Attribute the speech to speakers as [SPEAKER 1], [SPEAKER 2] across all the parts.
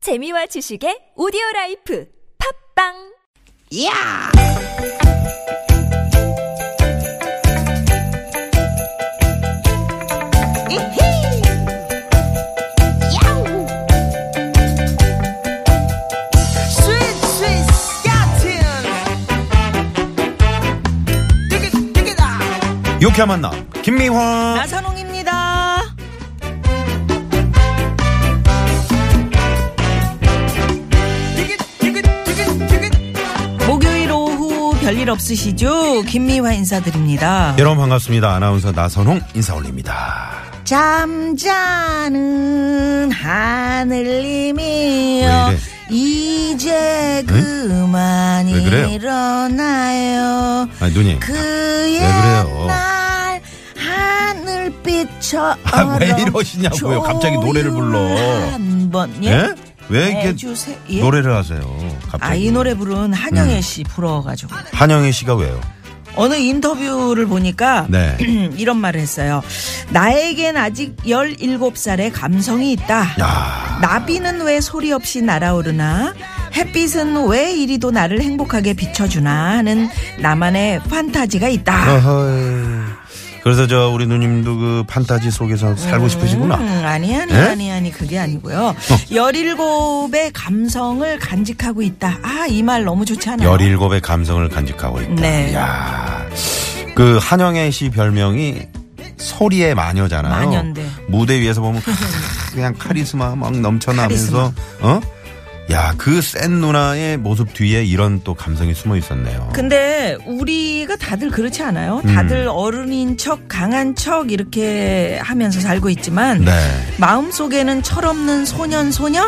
[SPEAKER 1] 재미와 지식의 오디오 라이프 팝빵
[SPEAKER 2] 야! 이히! 야우! 스윗, 스윗, 스캇틴! 띠깃, 띠깃아!
[SPEAKER 3] 유쾌한 만남 김미화
[SPEAKER 2] 나선홍입니다. 띠깃, 띠깃, 띠깃, 띠깃!
[SPEAKER 4] 목요일 오후 별일 없으시죠? 김미화 인사드립니다.
[SPEAKER 3] 여러분 반갑습니다 아나운서 나선홍 인사 올립니다
[SPEAKER 4] 잠자는 하늘님이요.
[SPEAKER 3] 왜 이래?
[SPEAKER 4] 이제
[SPEAKER 3] 응?
[SPEAKER 4] 그만
[SPEAKER 3] 왜 그래요?
[SPEAKER 4] 일어나요.
[SPEAKER 3] 아니 누님
[SPEAKER 4] 그의
[SPEAKER 3] 왜 그래요?
[SPEAKER 4] 날 하늘빛처럼
[SPEAKER 3] 아, 왜 이러시냐고요. 갑자기 노래를 불러.
[SPEAKER 4] 한번 예?
[SPEAKER 3] 예? 왜 이렇게
[SPEAKER 4] 해주세요. 예?
[SPEAKER 3] 노래를 음. 하세요 갑자기
[SPEAKER 4] 아, 이 노래 부른 한영애 씨 부러워가지고.
[SPEAKER 3] 한영애 씨가 왜요
[SPEAKER 4] 어느 인터뷰를 보니까
[SPEAKER 3] 네.
[SPEAKER 4] 이런 말을 했어요. 나에겐 아직 17살의 감성이 있다.
[SPEAKER 3] 야
[SPEAKER 4] 나비는 왜 소리 없이 날아오르나? 햇빛은 왜 이리도 나를 행복하게 비춰주나? 하는 나만의 판타지가
[SPEAKER 3] 아,
[SPEAKER 4] 있다.
[SPEAKER 3] 어허이. 그래서 저 우리 누님도 그 판타지 속에서 살고 싶으시구나
[SPEAKER 4] 음, 아니, 아니,
[SPEAKER 3] 예? 어.
[SPEAKER 4] 아니, 아니, 그게 아니고요. 17의 감성을 간직하고 있다. 아, 이 말 너무 좋지 않아요?
[SPEAKER 3] 17의 감성을 간직하고 있다
[SPEAKER 4] 네.
[SPEAKER 3] 야그 한영애 씨 별명이 소리의 마녀잖아요
[SPEAKER 4] 마녀인데.
[SPEAKER 3] 무대 위에서 보면 그냥 카리스마 막 넘쳐나면서 어? 야, 그 센 누나의 모습 뒤에 이런 또 감성이 숨어 있었네요.
[SPEAKER 4] 근데 우리가 다들 그렇지 않아요?
[SPEAKER 3] 음.
[SPEAKER 4] 다들 어른인 척, 강한 척 이렇게 하면서 살고 있지만
[SPEAKER 3] 네.
[SPEAKER 4] 마음 속에는 철없는 소년 소녀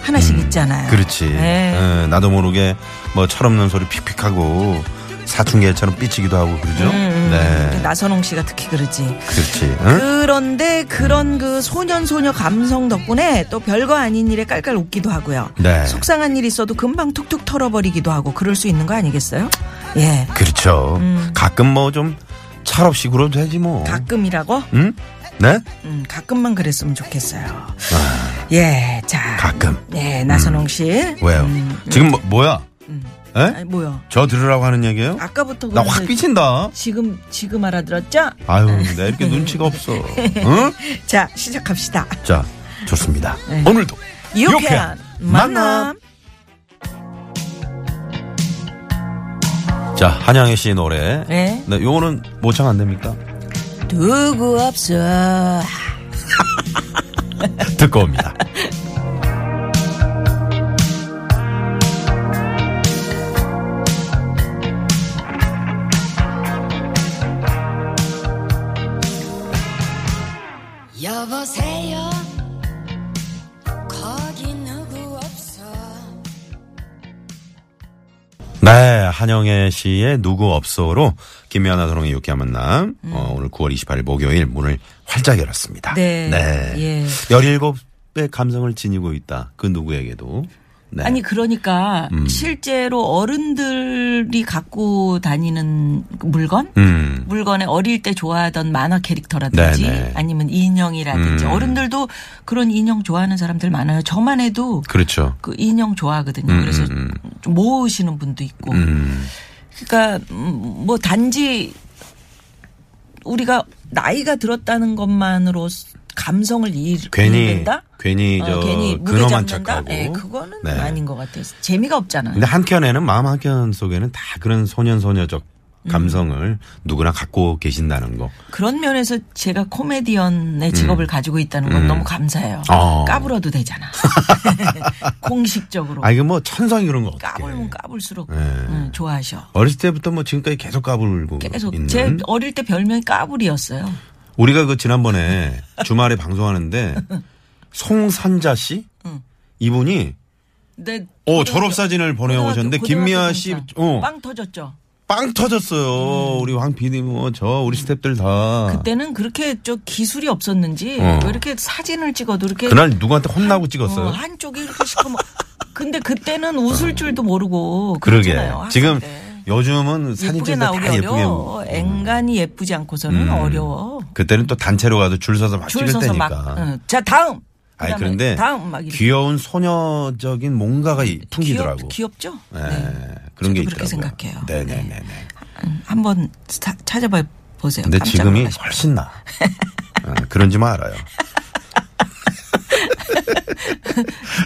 [SPEAKER 4] 하나씩 있잖아요.
[SPEAKER 3] 음. 그렇지.
[SPEAKER 4] 네.
[SPEAKER 3] 어, 나도 모르게 뭐 철없는 소리 픽픽하고 사춘기처럼 삐치기도 하고 그러죠.
[SPEAKER 4] 음,
[SPEAKER 3] 네.
[SPEAKER 4] 나선홍 씨가 특히 그러지.
[SPEAKER 3] 그렇지. 응?
[SPEAKER 4] 그런데 그런 그 소년 소녀 감성 덕분에 또 별거 아닌 일에 깔깔 웃기도 하고요.
[SPEAKER 3] 네.
[SPEAKER 4] 그 속상한 일 있어도 금방 툭툭 털어버리기도 하고 그럴 수 있는 거 아니겠어요? 예.
[SPEAKER 3] 그렇죠. 가끔 뭐 좀 철없이 굴어도 되지 뭐.
[SPEAKER 4] 가끔이라고?
[SPEAKER 3] 응? 네?
[SPEAKER 4] 음, 가끔만 그랬으면 좋겠어요. 예, 자.
[SPEAKER 3] 아. 가끔. 음.
[SPEAKER 4] 예, 나선홍 씨.
[SPEAKER 3] 왜요? 지금 뭐, 뭐야? 에?
[SPEAKER 4] 아니, 뭐요?
[SPEAKER 3] 저 들으라고 하는 얘기예요?
[SPEAKER 4] 아까부터
[SPEAKER 3] 나
[SPEAKER 4] 그래서
[SPEAKER 3] 확 삐친다.
[SPEAKER 4] 지금 지금 알아들었죠?
[SPEAKER 3] 아유,
[SPEAKER 4] 네.
[SPEAKER 3] 나 이렇게 눈치가 없어. 응?
[SPEAKER 4] 자, 시작합시다.
[SPEAKER 3] 자, 좋습니다.
[SPEAKER 4] 네.
[SPEAKER 3] 오늘도
[SPEAKER 4] 유쾌한 만남.
[SPEAKER 3] 자, 한양애 씨 노래.
[SPEAKER 4] 네.
[SPEAKER 3] 요거는 모창 안 됩니까?
[SPEAKER 4] 누구 없어.
[SPEAKER 3] 듣고 옵니다.
[SPEAKER 5] 여보세요 거기 누구 없어
[SPEAKER 3] 네, 한영애 씨의 누구 없어로 김미아나 선홍의 유쾌한 만남 어, 오늘 9월 28일 목요일 문을 활짝 열었습니다.
[SPEAKER 4] 음. 네. 예.
[SPEAKER 3] 17의 감성을 지니고 있다. 그 누구에게도. 네.
[SPEAKER 4] 아니 그러니까
[SPEAKER 3] 음.
[SPEAKER 4] 실제로 어른들이 갖고 다니는 그 물건?
[SPEAKER 3] 음.
[SPEAKER 4] 물건에 어릴 때 좋아하던 만화 캐릭터라든지
[SPEAKER 3] 네네.
[SPEAKER 4] 아니면 인형이라든지
[SPEAKER 3] 음.
[SPEAKER 4] 어른들도 그런 인형 좋아하는 사람들 많아요. 저만 해도
[SPEAKER 3] 그렇죠.
[SPEAKER 4] 그 인형 좋아하거든요.
[SPEAKER 3] 음,
[SPEAKER 4] 그래서
[SPEAKER 3] 음,
[SPEAKER 4] 좀 모으시는 분도 있고.
[SPEAKER 3] 음.
[SPEAKER 4] 그러니까 음, 뭐 단지 우리가 나이가 들었다는 것만으로 감성을 잃는다.
[SPEAKER 3] 괜히 괜히
[SPEAKER 4] 어,
[SPEAKER 3] 저
[SPEAKER 4] 괜히 무게
[SPEAKER 3] 근엄한
[SPEAKER 4] 잡는다?
[SPEAKER 3] 척하고.
[SPEAKER 4] 예, 그거는
[SPEAKER 3] 네.
[SPEAKER 4] 아닌 것 같아요. 재미가 없잖아요.
[SPEAKER 3] 근데 한켠에는 마음 한켠 속에는 다 그런 소년 소녀적 감성을 누구나 갖고 계신다는 거.
[SPEAKER 4] 그런 면에서 제가
[SPEAKER 3] 음.
[SPEAKER 4] 코미디언의 직업을 가지고 있다는 건 너무 감사해요.
[SPEAKER 3] 어.
[SPEAKER 4] 까불어도 되잖아. 공식적으로.
[SPEAKER 3] 아 이거 뭐 천성이 그런 거 어떻게?
[SPEAKER 4] 까불면 까불수록
[SPEAKER 3] 예.
[SPEAKER 4] 음, 좋아하셔.
[SPEAKER 3] 어렸을 때부터 뭐 지금까지 계속 까불고
[SPEAKER 4] 계속
[SPEAKER 3] 있는.
[SPEAKER 4] 제 어릴 때 별명이 까불이었어요.
[SPEAKER 3] 우리가 그 지난번에 주말에 방송하는데 송선자 씨 이분이
[SPEAKER 4] 근데
[SPEAKER 3] 어 졸업 사진을 보내오셨는데 김미아 씨어빵
[SPEAKER 4] 빵 터졌죠.
[SPEAKER 3] 터졌어요. 우리 황 PD 뭐저 우리 스탭들 다
[SPEAKER 4] 그때는 그렇게 저 기술이 없었는지
[SPEAKER 3] 어.
[SPEAKER 4] 왜 이렇게 사진을 찍어도 이렇게
[SPEAKER 3] 그날 누구한테 혼나고
[SPEAKER 4] 어,
[SPEAKER 3] 찍었어요. 어.
[SPEAKER 4] 한쪽이 이렇게 시커먼. 근데 그때는 웃을 줄도 모르고
[SPEAKER 3] 그러게.
[SPEAKER 4] 그렇잖아요. 학생
[SPEAKER 3] 지금
[SPEAKER 4] 때.
[SPEAKER 3] 요즘은 사진
[SPEAKER 4] 예쁘게
[SPEAKER 3] 찍을 다
[SPEAKER 4] 나오기
[SPEAKER 3] 예쁘게 뭐 음.
[SPEAKER 4] 어려워. 앵간히 예쁘지 않고서는 어려워.
[SPEAKER 3] 그때는 또 단체로 가도 줄 서서 막
[SPEAKER 4] 줄
[SPEAKER 3] 아, 찍을
[SPEAKER 4] 서서
[SPEAKER 3] 때니까.
[SPEAKER 4] 막. 응. 자 다음
[SPEAKER 3] 아니
[SPEAKER 4] 그다음에
[SPEAKER 3] 그런데
[SPEAKER 4] 다음 막 이렇게. 음,
[SPEAKER 3] 귀여운 소녀적인 뭔가가 이- 풍기더라고.
[SPEAKER 4] 귀엽, 귀엽죠?
[SPEAKER 3] 예,
[SPEAKER 4] 네.
[SPEAKER 3] 그런 게
[SPEAKER 4] 저도 그렇게
[SPEAKER 3] 있더라고요.
[SPEAKER 4] 생각해요.
[SPEAKER 3] 네네네네.
[SPEAKER 4] 음, 한번 사- 찾아봐 보세요.
[SPEAKER 3] 근데
[SPEAKER 4] 깜짝
[SPEAKER 3] 지금이
[SPEAKER 4] 놀라실
[SPEAKER 3] 훨씬 나. 아, 그런지 만 알아요.
[SPEAKER 4] 거예요.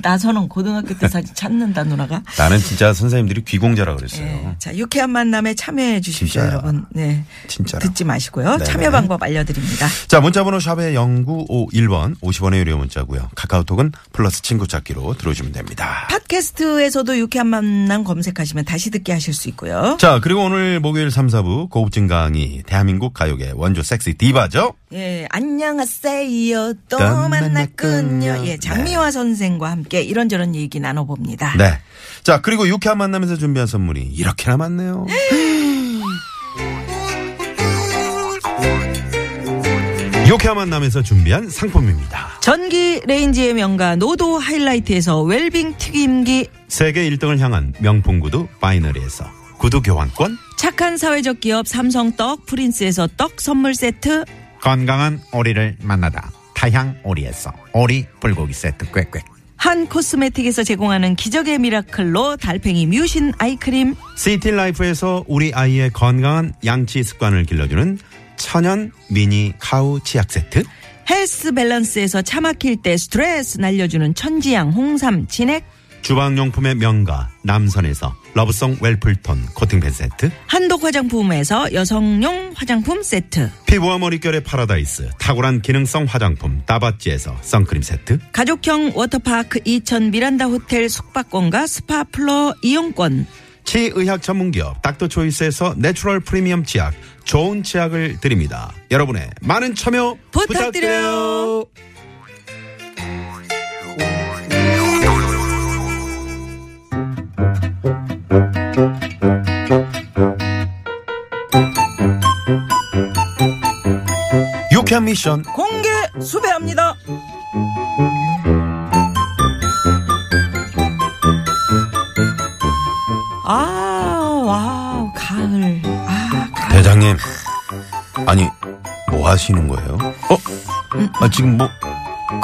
[SPEAKER 4] 나서는 고등학교 때 사진 찾는다 누나가.
[SPEAKER 3] 나는 진짜 선생님들이 귀공자라 그랬어요.
[SPEAKER 4] 네. 자, 유쾌한 만남에 참여해 주십시오,
[SPEAKER 3] 음. 진짜요.
[SPEAKER 4] 여러분. 네.
[SPEAKER 3] 진짜로.
[SPEAKER 4] 듣지 마시고요.
[SPEAKER 3] 네네.
[SPEAKER 4] 참여 방법 알려드립니다.
[SPEAKER 3] 자, 문자번호 샵의 0951번 50원의 유료 문자고요. 카카오톡은 플러스 친구 찾기로 들어주면 됩니다.
[SPEAKER 4] 팟캐스트에서도 유쾌한 만남 검색하시면 다시 듣게 하실 수 있고요.
[SPEAKER 3] 자, 그리고 오늘 목요일 3, 4부 고급진 강의 대한민국 가요계 원조 섹시 디바죠?
[SPEAKER 4] 예, 안녕하세요.
[SPEAKER 3] 또
[SPEAKER 4] 또 만났군요.
[SPEAKER 3] 만났군요.
[SPEAKER 4] 예, 장미화 선생과 함께 이런저런 얘기 나눠봅니다.
[SPEAKER 3] 네. 자, 그리고 유쾌한 만남에서 준비한 선물이 이렇게나 많네요. 유쾌한 만남에서 준비한 상품입니다.
[SPEAKER 4] 전기 레인지의 명가 노도 하이라이트에서 웰빙 튀김기
[SPEAKER 3] 세계 1등을 향한 명품 구두 바이너리에서 구두 교환권,
[SPEAKER 4] 착한 사회적 기업 삼성 떡 프린스에서 떡 선물 세트
[SPEAKER 6] 건강한 오리를 만나다 타향 오리에서 오리 불고기 세트 꽥꽥
[SPEAKER 4] 한 코스메틱에서 제공하는 기적의 미라클로 달팽이 뮤신 아이크림
[SPEAKER 3] 시티라이프에서 우리 아이의 건강한 양치 습관을 길러주는 천연 미니 카우 치약 세트,
[SPEAKER 4] 헬스 밸런스에서 차 막힐 때 스트레스 날려주는 천지양 홍삼 진액
[SPEAKER 3] 주방용품의 명가 남선에서 러브송 웰플톤 코팅팬 세트,
[SPEAKER 4] 한독 화장품에서 여성용 화장품 세트
[SPEAKER 3] 피부와 머릿결의 파라다이스 탁월한 기능성 화장품 따바찌에서 선크림 세트
[SPEAKER 4] 가족형 워터파크 이천 미란다 호텔 숙박권과 스파 플러 이용권
[SPEAKER 3] 치의학 전문기업 닥터초이스에서 내추럴 프리미엄 치약 좋은 치약을 드립니다 여러분의 많은 참여 부탁드려요,
[SPEAKER 4] 부탁드려요.
[SPEAKER 3] 유쾌한 미션
[SPEAKER 4] 공개 수배합니다. 아, 와우, 가을. 아, 가을.
[SPEAKER 3] 대장님 아니 뭐 하시는 거예요? 어? 아, 지금 뭐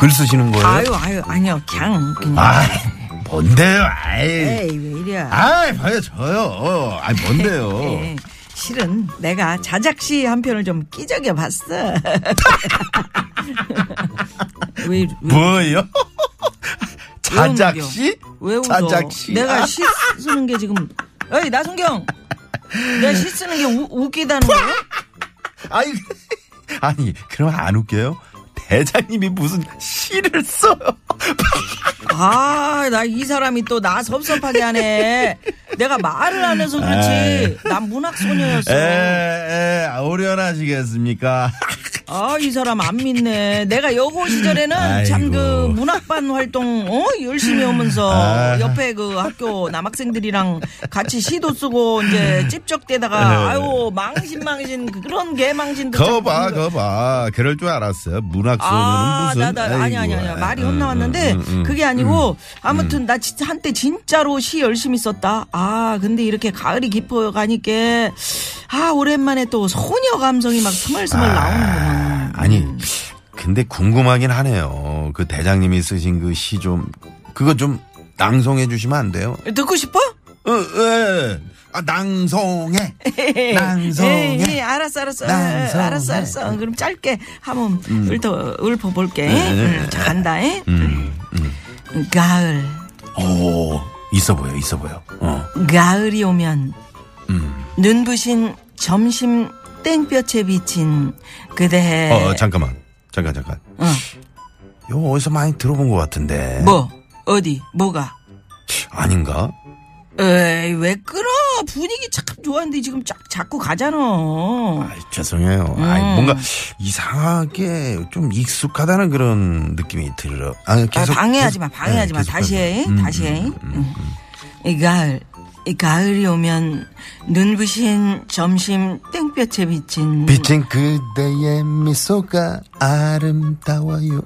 [SPEAKER 3] 글 쓰시는 거예요?
[SPEAKER 4] 아유, 아유, 아니요, 그냥, 그냥.
[SPEAKER 3] 아이, 뭔데요 아이
[SPEAKER 4] 에이, 왜 이래.
[SPEAKER 3] 아이 봐요 저요 아이 뭔데요
[SPEAKER 4] 에이, 실은 내가 자작시 한 편을 좀 끼적여 봤어. 왜, 이래, 왜,
[SPEAKER 3] 뭐요?
[SPEAKER 4] 왜 웃겨?
[SPEAKER 3] 자작시?
[SPEAKER 4] 왜 웃어?
[SPEAKER 3] 자작시. 아,
[SPEAKER 4] 내가 시 쓰는 게 지금. 에이, 나순경! 내가 시 쓰는 게 우- 웃기다는 거야?
[SPEAKER 3] 아니, 아니, 그럼 안 웃겨요? 대장님이 무슨 시를 써요?
[SPEAKER 4] 아, 나 이 사람이 또 나 섭섭하게 하네. 내가 말을 안 해서 그렇지. 난 문학 소녀였어.
[SPEAKER 3] 에, 에, 오련하시겠습니까?
[SPEAKER 4] 아, 이 사람 안 믿네. 내가 여고 시절에는 참 그
[SPEAKER 3] 아이고.
[SPEAKER 4] 문학반 활동 어 열심히 하면서
[SPEAKER 3] 아.
[SPEAKER 4] 옆에 그 학교 남학생들이랑 같이 시도 쓰고 이제 찝적대다가 아유 망신 망신 그런 개망신도
[SPEAKER 3] 네, 거
[SPEAKER 4] 참
[SPEAKER 3] 봐,
[SPEAKER 4] 그런 거-
[SPEAKER 3] 거 봐. 그럴 줄 알았어요. 문학 소녀는
[SPEAKER 4] 아,
[SPEAKER 3] 무슨.
[SPEAKER 4] 나, 나, 아니, 아니, 아니.
[SPEAKER 3] 아이고,
[SPEAKER 4] 말이
[SPEAKER 3] 음,
[SPEAKER 4] 혼나왔는데,
[SPEAKER 3] 음, 음, 음.
[SPEAKER 4] 그게 아니고, 아무튼, 나 진짜 한때 진짜로 시 열심히 썼다. 아, 근데 이렇게 가을이 깊어가니까, 아, 오랜만에 또 소녀 감성이 막 스멀스멀 나오는구나.
[SPEAKER 3] 아,
[SPEAKER 4] 음.
[SPEAKER 3] 아니, 근데 궁금하긴 하네요. 그 대장님이 쓰신 그 시 좀, 그거 좀 낭송해 주시면 안 돼요?
[SPEAKER 4] 듣고 싶어?
[SPEAKER 3] 어, 예. 아, 낭송해.
[SPEAKER 4] 에이, 에이,
[SPEAKER 3] 낭송해.
[SPEAKER 4] 예, 알았어, 알았어.
[SPEAKER 3] 낭송해. 음.
[SPEAKER 4] 알았어, 알았어. 그럼 짧게 한번 읊어, 읊어볼게.
[SPEAKER 3] 네, 네.
[SPEAKER 4] 음, 자, 간다. 에?
[SPEAKER 3] 음, 음.
[SPEAKER 4] 가을,
[SPEAKER 3] 오, 있어 보여, 있어 보여. 어.
[SPEAKER 4] 가을이 오면,
[SPEAKER 3] 음.
[SPEAKER 4] 눈부신 점심 땡볕에 비친 그대의
[SPEAKER 3] 어, 잠깐만. 잠깐, 잠깐.
[SPEAKER 4] 네. 어.
[SPEAKER 3] 이거 어디서 많이 들어본 것 같은데.
[SPEAKER 4] 뭐 어디 뭐가
[SPEAKER 3] 아닌가?
[SPEAKER 4] 에이 왜 끌어 분위기 참 좋았는데 지금 쫙 잡고 가잖아
[SPEAKER 3] 아이, 죄송해요. 아이,
[SPEAKER 4] 음.
[SPEAKER 3] 뭔가 이상하게 좀 익숙하다는 그런 느낌이 들어. 아,
[SPEAKER 4] 아,
[SPEAKER 3] 계속.
[SPEAKER 4] 방해하지
[SPEAKER 3] 계속-
[SPEAKER 4] 마 방해하지
[SPEAKER 3] 네,
[SPEAKER 4] 마
[SPEAKER 3] 계속
[SPEAKER 4] 다시 해
[SPEAKER 3] 방해. 음,
[SPEAKER 4] 다시 해
[SPEAKER 3] 음, 음.
[SPEAKER 4] 이 가을 이 가을이 오면 눈부신 점심 땡볕에 비친
[SPEAKER 3] 비친 그대의 미소가 아름다워요.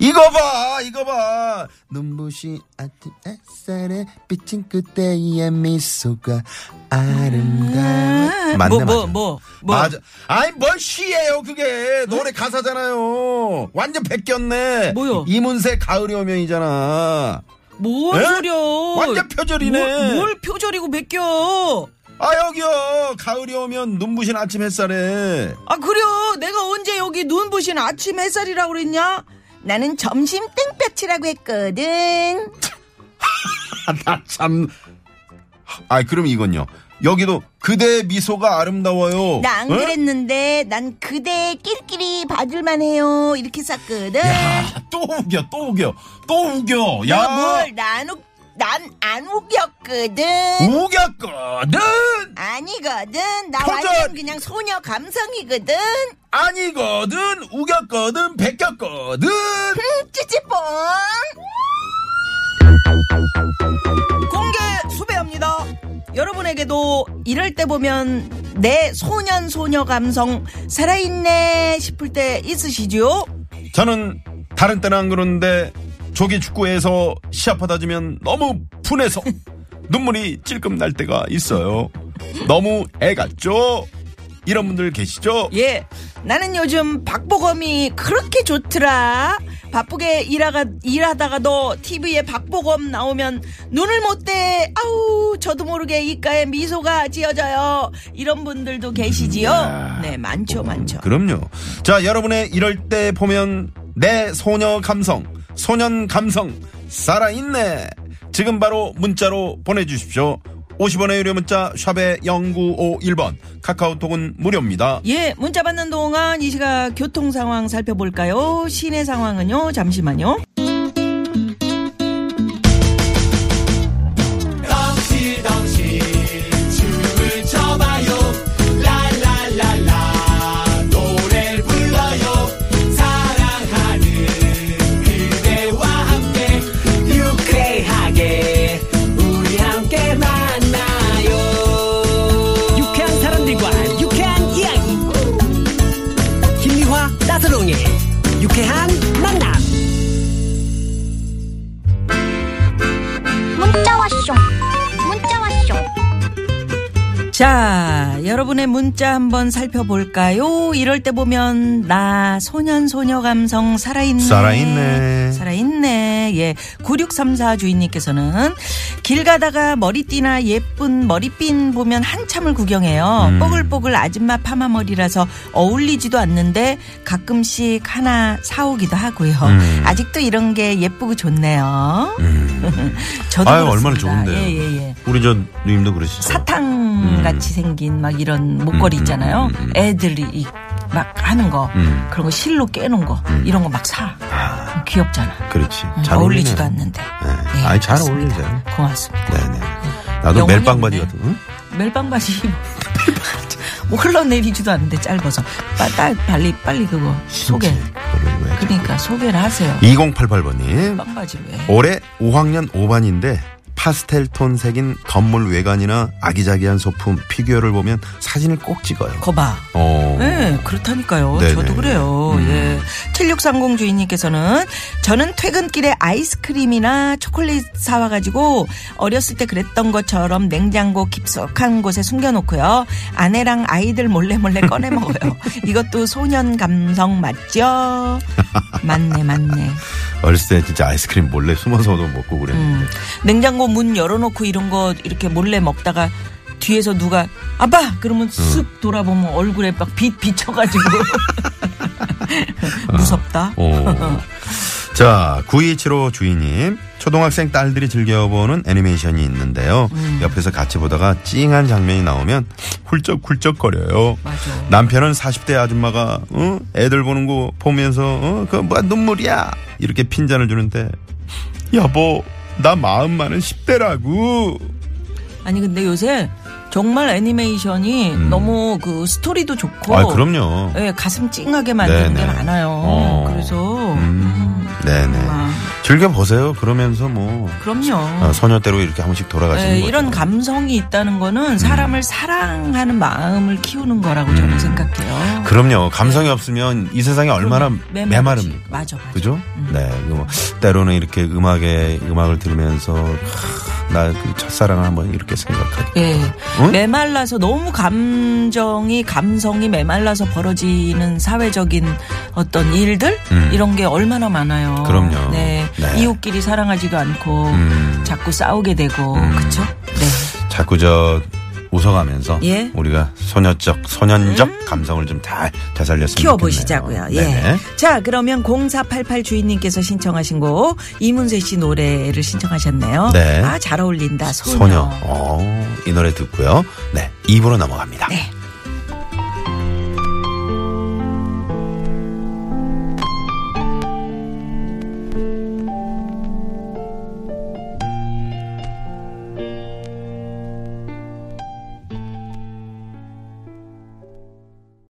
[SPEAKER 3] 이거 봐, 이거 봐. 눈부신 아침 햇살에 비친 그때의 미소가 아름다워. 맞네,
[SPEAKER 4] 뭐,
[SPEAKER 3] 맞아.
[SPEAKER 4] 뭐, 뭐, 뭐.
[SPEAKER 3] 맞아. 아니, 뭘 시예요, 그게. 노래 가사잖아요. 완전 베꼈네.
[SPEAKER 4] 뭐요?
[SPEAKER 3] 이문세 가을이 오면이잖아.
[SPEAKER 4] 뭘
[SPEAKER 3] 에?
[SPEAKER 4] 소려?
[SPEAKER 3] 예? 완전 표절이네.
[SPEAKER 4] 뭘, 뭘 표절이고 베껴?
[SPEAKER 3] 아, 여기요. 가을이 오면 눈부신 아침 햇살에.
[SPEAKER 4] 아 그래 내가 언제 여기 눈부신 아침 햇살이라고 그랬냐? 나는 점심 땡볕이라고 했거든.
[SPEAKER 3] 어? 아, 참. 아, 그럼 이건요. 여기도 그대의 미소가 아름다워요.
[SPEAKER 4] 나 안
[SPEAKER 3] 응?
[SPEAKER 4] 그랬는데 난 그대 끼리끼리 봐줄만 해요. 이렇게 썼거든.
[SPEAKER 3] 야, 아, 또 우겨, 또 우겨, 또 우겨. 야,
[SPEAKER 4] 뭘난난안 우겼거든.
[SPEAKER 3] 우겼거든
[SPEAKER 4] 아니거든. 나
[SPEAKER 3] 표절!
[SPEAKER 4] 완전 그냥 소녀 감성이거든.
[SPEAKER 3] 아니거든 우겼거든 베꼈거든
[SPEAKER 4] 음, 찌찌뽕. 공개 수배합니다. 여러분에게도 이럴 때 보면 내 소년 소녀 감성 살아있네 싶을 때 있으시죠?
[SPEAKER 3] 저는 다른 때는 안 그러는데 조기 축구에서 시합하다 지면 너무 분해서 눈물이 찔끔 날 때가 있어요 너무 애 같죠 이런 분들 계시죠
[SPEAKER 4] 예. 나는 요즘 박보검이 그렇게 좋더라. 바쁘게 일하가, 일하다가도 TV에 박보검 나오면 눈을 못 떼. 아우, 저도 모르게 입가에 미소가 지어져요. 이런 분들도 계시지요? 네, 많죠, 많죠.
[SPEAKER 3] 아, 그럼요 자 여러분의 이럴 때 보면 내 소녀 감성 소년 감성 살아있네 지금 바로 문자로 보내주십시오 50원의 유료 문자 샵에 0951번 카카오톡은 무료입니다
[SPEAKER 4] 예, 문자 받는 동안 이 시각 교통 상황 살펴볼까요? 시내 상황은요, 잠시만요.
[SPEAKER 7] 유쾌한 사람들과 유쾌한 이야기 김미화 따서롱의 유쾌한 만남
[SPEAKER 8] 문자 왔쇼 문자 왔쇼
[SPEAKER 4] 자, 여러분의 문자 한번 살펴볼까요? 이럴 때 보면 나 소년 소녀 감성 살아있네.
[SPEAKER 3] 살아있네.
[SPEAKER 4] 살아있네. 예. 9634 주인님께서는 길 가다가 머리띠나 예쁜 머리핀 보면 한참을 구경해요.
[SPEAKER 3] 음.
[SPEAKER 4] 뽀글뽀글 아줌마 파마머리라서 어울리지도 않는데 가끔씩 하나 사오기도 하고요.
[SPEAKER 3] 음.
[SPEAKER 4] 아직도 이런 게 예쁘고 좋네요. 저도
[SPEAKER 3] 음. 아유,
[SPEAKER 4] 그렇습니다.
[SPEAKER 3] 얼마나 좋은데요.
[SPEAKER 4] 예, 예, 예.
[SPEAKER 3] 우리 전 누님도 그러시죠? 음.
[SPEAKER 4] 사탕 같이 생긴 막 이런 목걸이 있잖아요. 애들이 이- 막 하는 거
[SPEAKER 3] 음.
[SPEAKER 4] 그런 거 실로 깨는 거 이런 거 막 사. 귀엽잖아.
[SPEAKER 3] 그렇지.
[SPEAKER 4] 음,
[SPEAKER 3] 음. 잘
[SPEAKER 4] 어울리지도
[SPEAKER 3] 어울리네요.
[SPEAKER 4] 않는데.
[SPEAKER 3] 네.
[SPEAKER 4] 예,
[SPEAKER 3] 아니, 잘
[SPEAKER 4] 그렇습니다.
[SPEAKER 3] 어울리세요.
[SPEAKER 4] 고맙습니다.
[SPEAKER 3] 네네. 나도
[SPEAKER 4] 영혼이
[SPEAKER 3] 멜빵 바지
[SPEAKER 4] 없네.
[SPEAKER 3] 같은. 응?
[SPEAKER 4] 멜빵 바지 흘러내리지도 않는데 짧아서 빨- 빨- 빨리 빨리 그거 소개.
[SPEAKER 3] 그거를 왜 자꾸.
[SPEAKER 4] 그러니까 소개를
[SPEAKER 3] 예.
[SPEAKER 4] 하세요.
[SPEAKER 3] 2088번님.
[SPEAKER 4] 멜빵 바지 왜?
[SPEAKER 3] 올해 5학년 5반인데 파스텔 톤 색인 건물 외관이나 아기자기한 소품 피규어를 보면 사진을 꼭 찍어요.
[SPEAKER 4] 거봐.
[SPEAKER 3] 어.
[SPEAKER 4] 네, 그렇다니까요.
[SPEAKER 3] 네네. 음.
[SPEAKER 4] 저도 그래요. 예. 7630 주인님께서는 저는 퇴근길에 아이스크림이나 초콜릿 사와가지고 어렸을 때 그랬던 것처럼 냉장고 깊숙한 곳에 숨겨놓고요. 아내랑 아이들 몰래 몰래 꺼내 먹어요. 이것도 소년 감성 맞죠? 맞네, 맞네.
[SPEAKER 3] 어렸을 때 진짜 아이스크림 몰래 숨어서도 먹고 그랬는데.
[SPEAKER 4] 음. 냉장고 문 열어놓고 이런 거 이렇게 몰래 먹다가 뒤에서 누가 아빠 그러면 쓱 돌아보면 얼굴에 막 빛 비쳐가지고 무섭다.
[SPEAKER 3] 어. 자, 9275 주인님. 초등학생 딸들이 즐겨보는 애니메이션이 있는데요.
[SPEAKER 4] 음.
[SPEAKER 3] 옆에서 같이 보다가 찡한 장면이 나오면 훌쩍훌쩍거려요.
[SPEAKER 4] 맞아.
[SPEAKER 3] 남편은 40대 아줌마가 어? 애들 보는 거 보면서 어? 그 뭐야 눈물이야 이렇게 핀잔을 주는데 여보 나 마음만은 10대라고
[SPEAKER 4] 아니 근데 요새 정말 애니메이션이 너무 그 스토리도 좋고
[SPEAKER 3] 음. 아 그럼요
[SPEAKER 4] 예, 가슴 찡하게 만드는
[SPEAKER 3] 네네.
[SPEAKER 4] 게 많아요.
[SPEAKER 3] 어.
[SPEAKER 4] 그래서
[SPEAKER 3] 음, 네네
[SPEAKER 4] 아,
[SPEAKER 3] 즐겨보세요. 그러면서 뭐,
[SPEAKER 4] 그럼요.
[SPEAKER 3] 아, 소녀대로 이렇게 한 번씩 돌아가시는 음.
[SPEAKER 4] 예,
[SPEAKER 3] 거죠.
[SPEAKER 4] 이런 감성이 있다는 거는 사람을 사랑하는 마음을 키우는 거라고 저는 생각해요.
[SPEAKER 3] 그럼요. 감성이 없으면 이 세상이 얼마나
[SPEAKER 4] 메마르지. 음.
[SPEAKER 3] 메마릅니까?
[SPEAKER 4] 네. 맞아, 맞아.
[SPEAKER 3] 그죠? 네. 그리고 뭐 때로는 이렇게 음악에 음악을 들으면서 하, 나그 첫사랑을 한번 이렇게 생각하고
[SPEAKER 4] 예.
[SPEAKER 3] 응?
[SPEAKER 4] 메말라서 너무 감정이 감성이 메말라서 벌어지는 사회적인 어떤 일들
[SPEAKER 3] 음.
[SPEAKER 4] 이런 게 얼마나 많아요.
[SPEAKER 3] 그럼요.
[SPEAKER 4] 네.
[SPEAKER 3] 네.
[SPEAKER 4] 이웃끼리 사랑하지도 않고
[SPEAKER 3] 음.
[SPEAKER 4] 자꾸 싸우게 되고
[SPEAKER 3] 음.
[SPEAKER 4] 그렇죠? 네.
[SPEAKER 3] 자꾸 저 웃어가면서
[SPEAKER 4] 예. 음.
[SPEAKER 3] 우리가 소녀적 소년적 감성을 좀 잘 되살렸으면
[SPEAKER 4] 키워 보시자고요.
[SPEAKER 3] 좋겠네요.
[SPEAKER 4] 예.
[SPEAKER 3] 네네.
[SPEAKER 4] 자, 그러면 0488 주인님께서 신청하신 곡 이문세 씨 노래를 신청하셨네요.
[SPEAKER 3] 네.
[SPEAKER 4] 아, 잘 어울린다.
[SPEAKER 3] 소녀. 어, 이 노래 듣고요. 네. 2부로 넘어갑니다.
[SPEAKER 4] 네.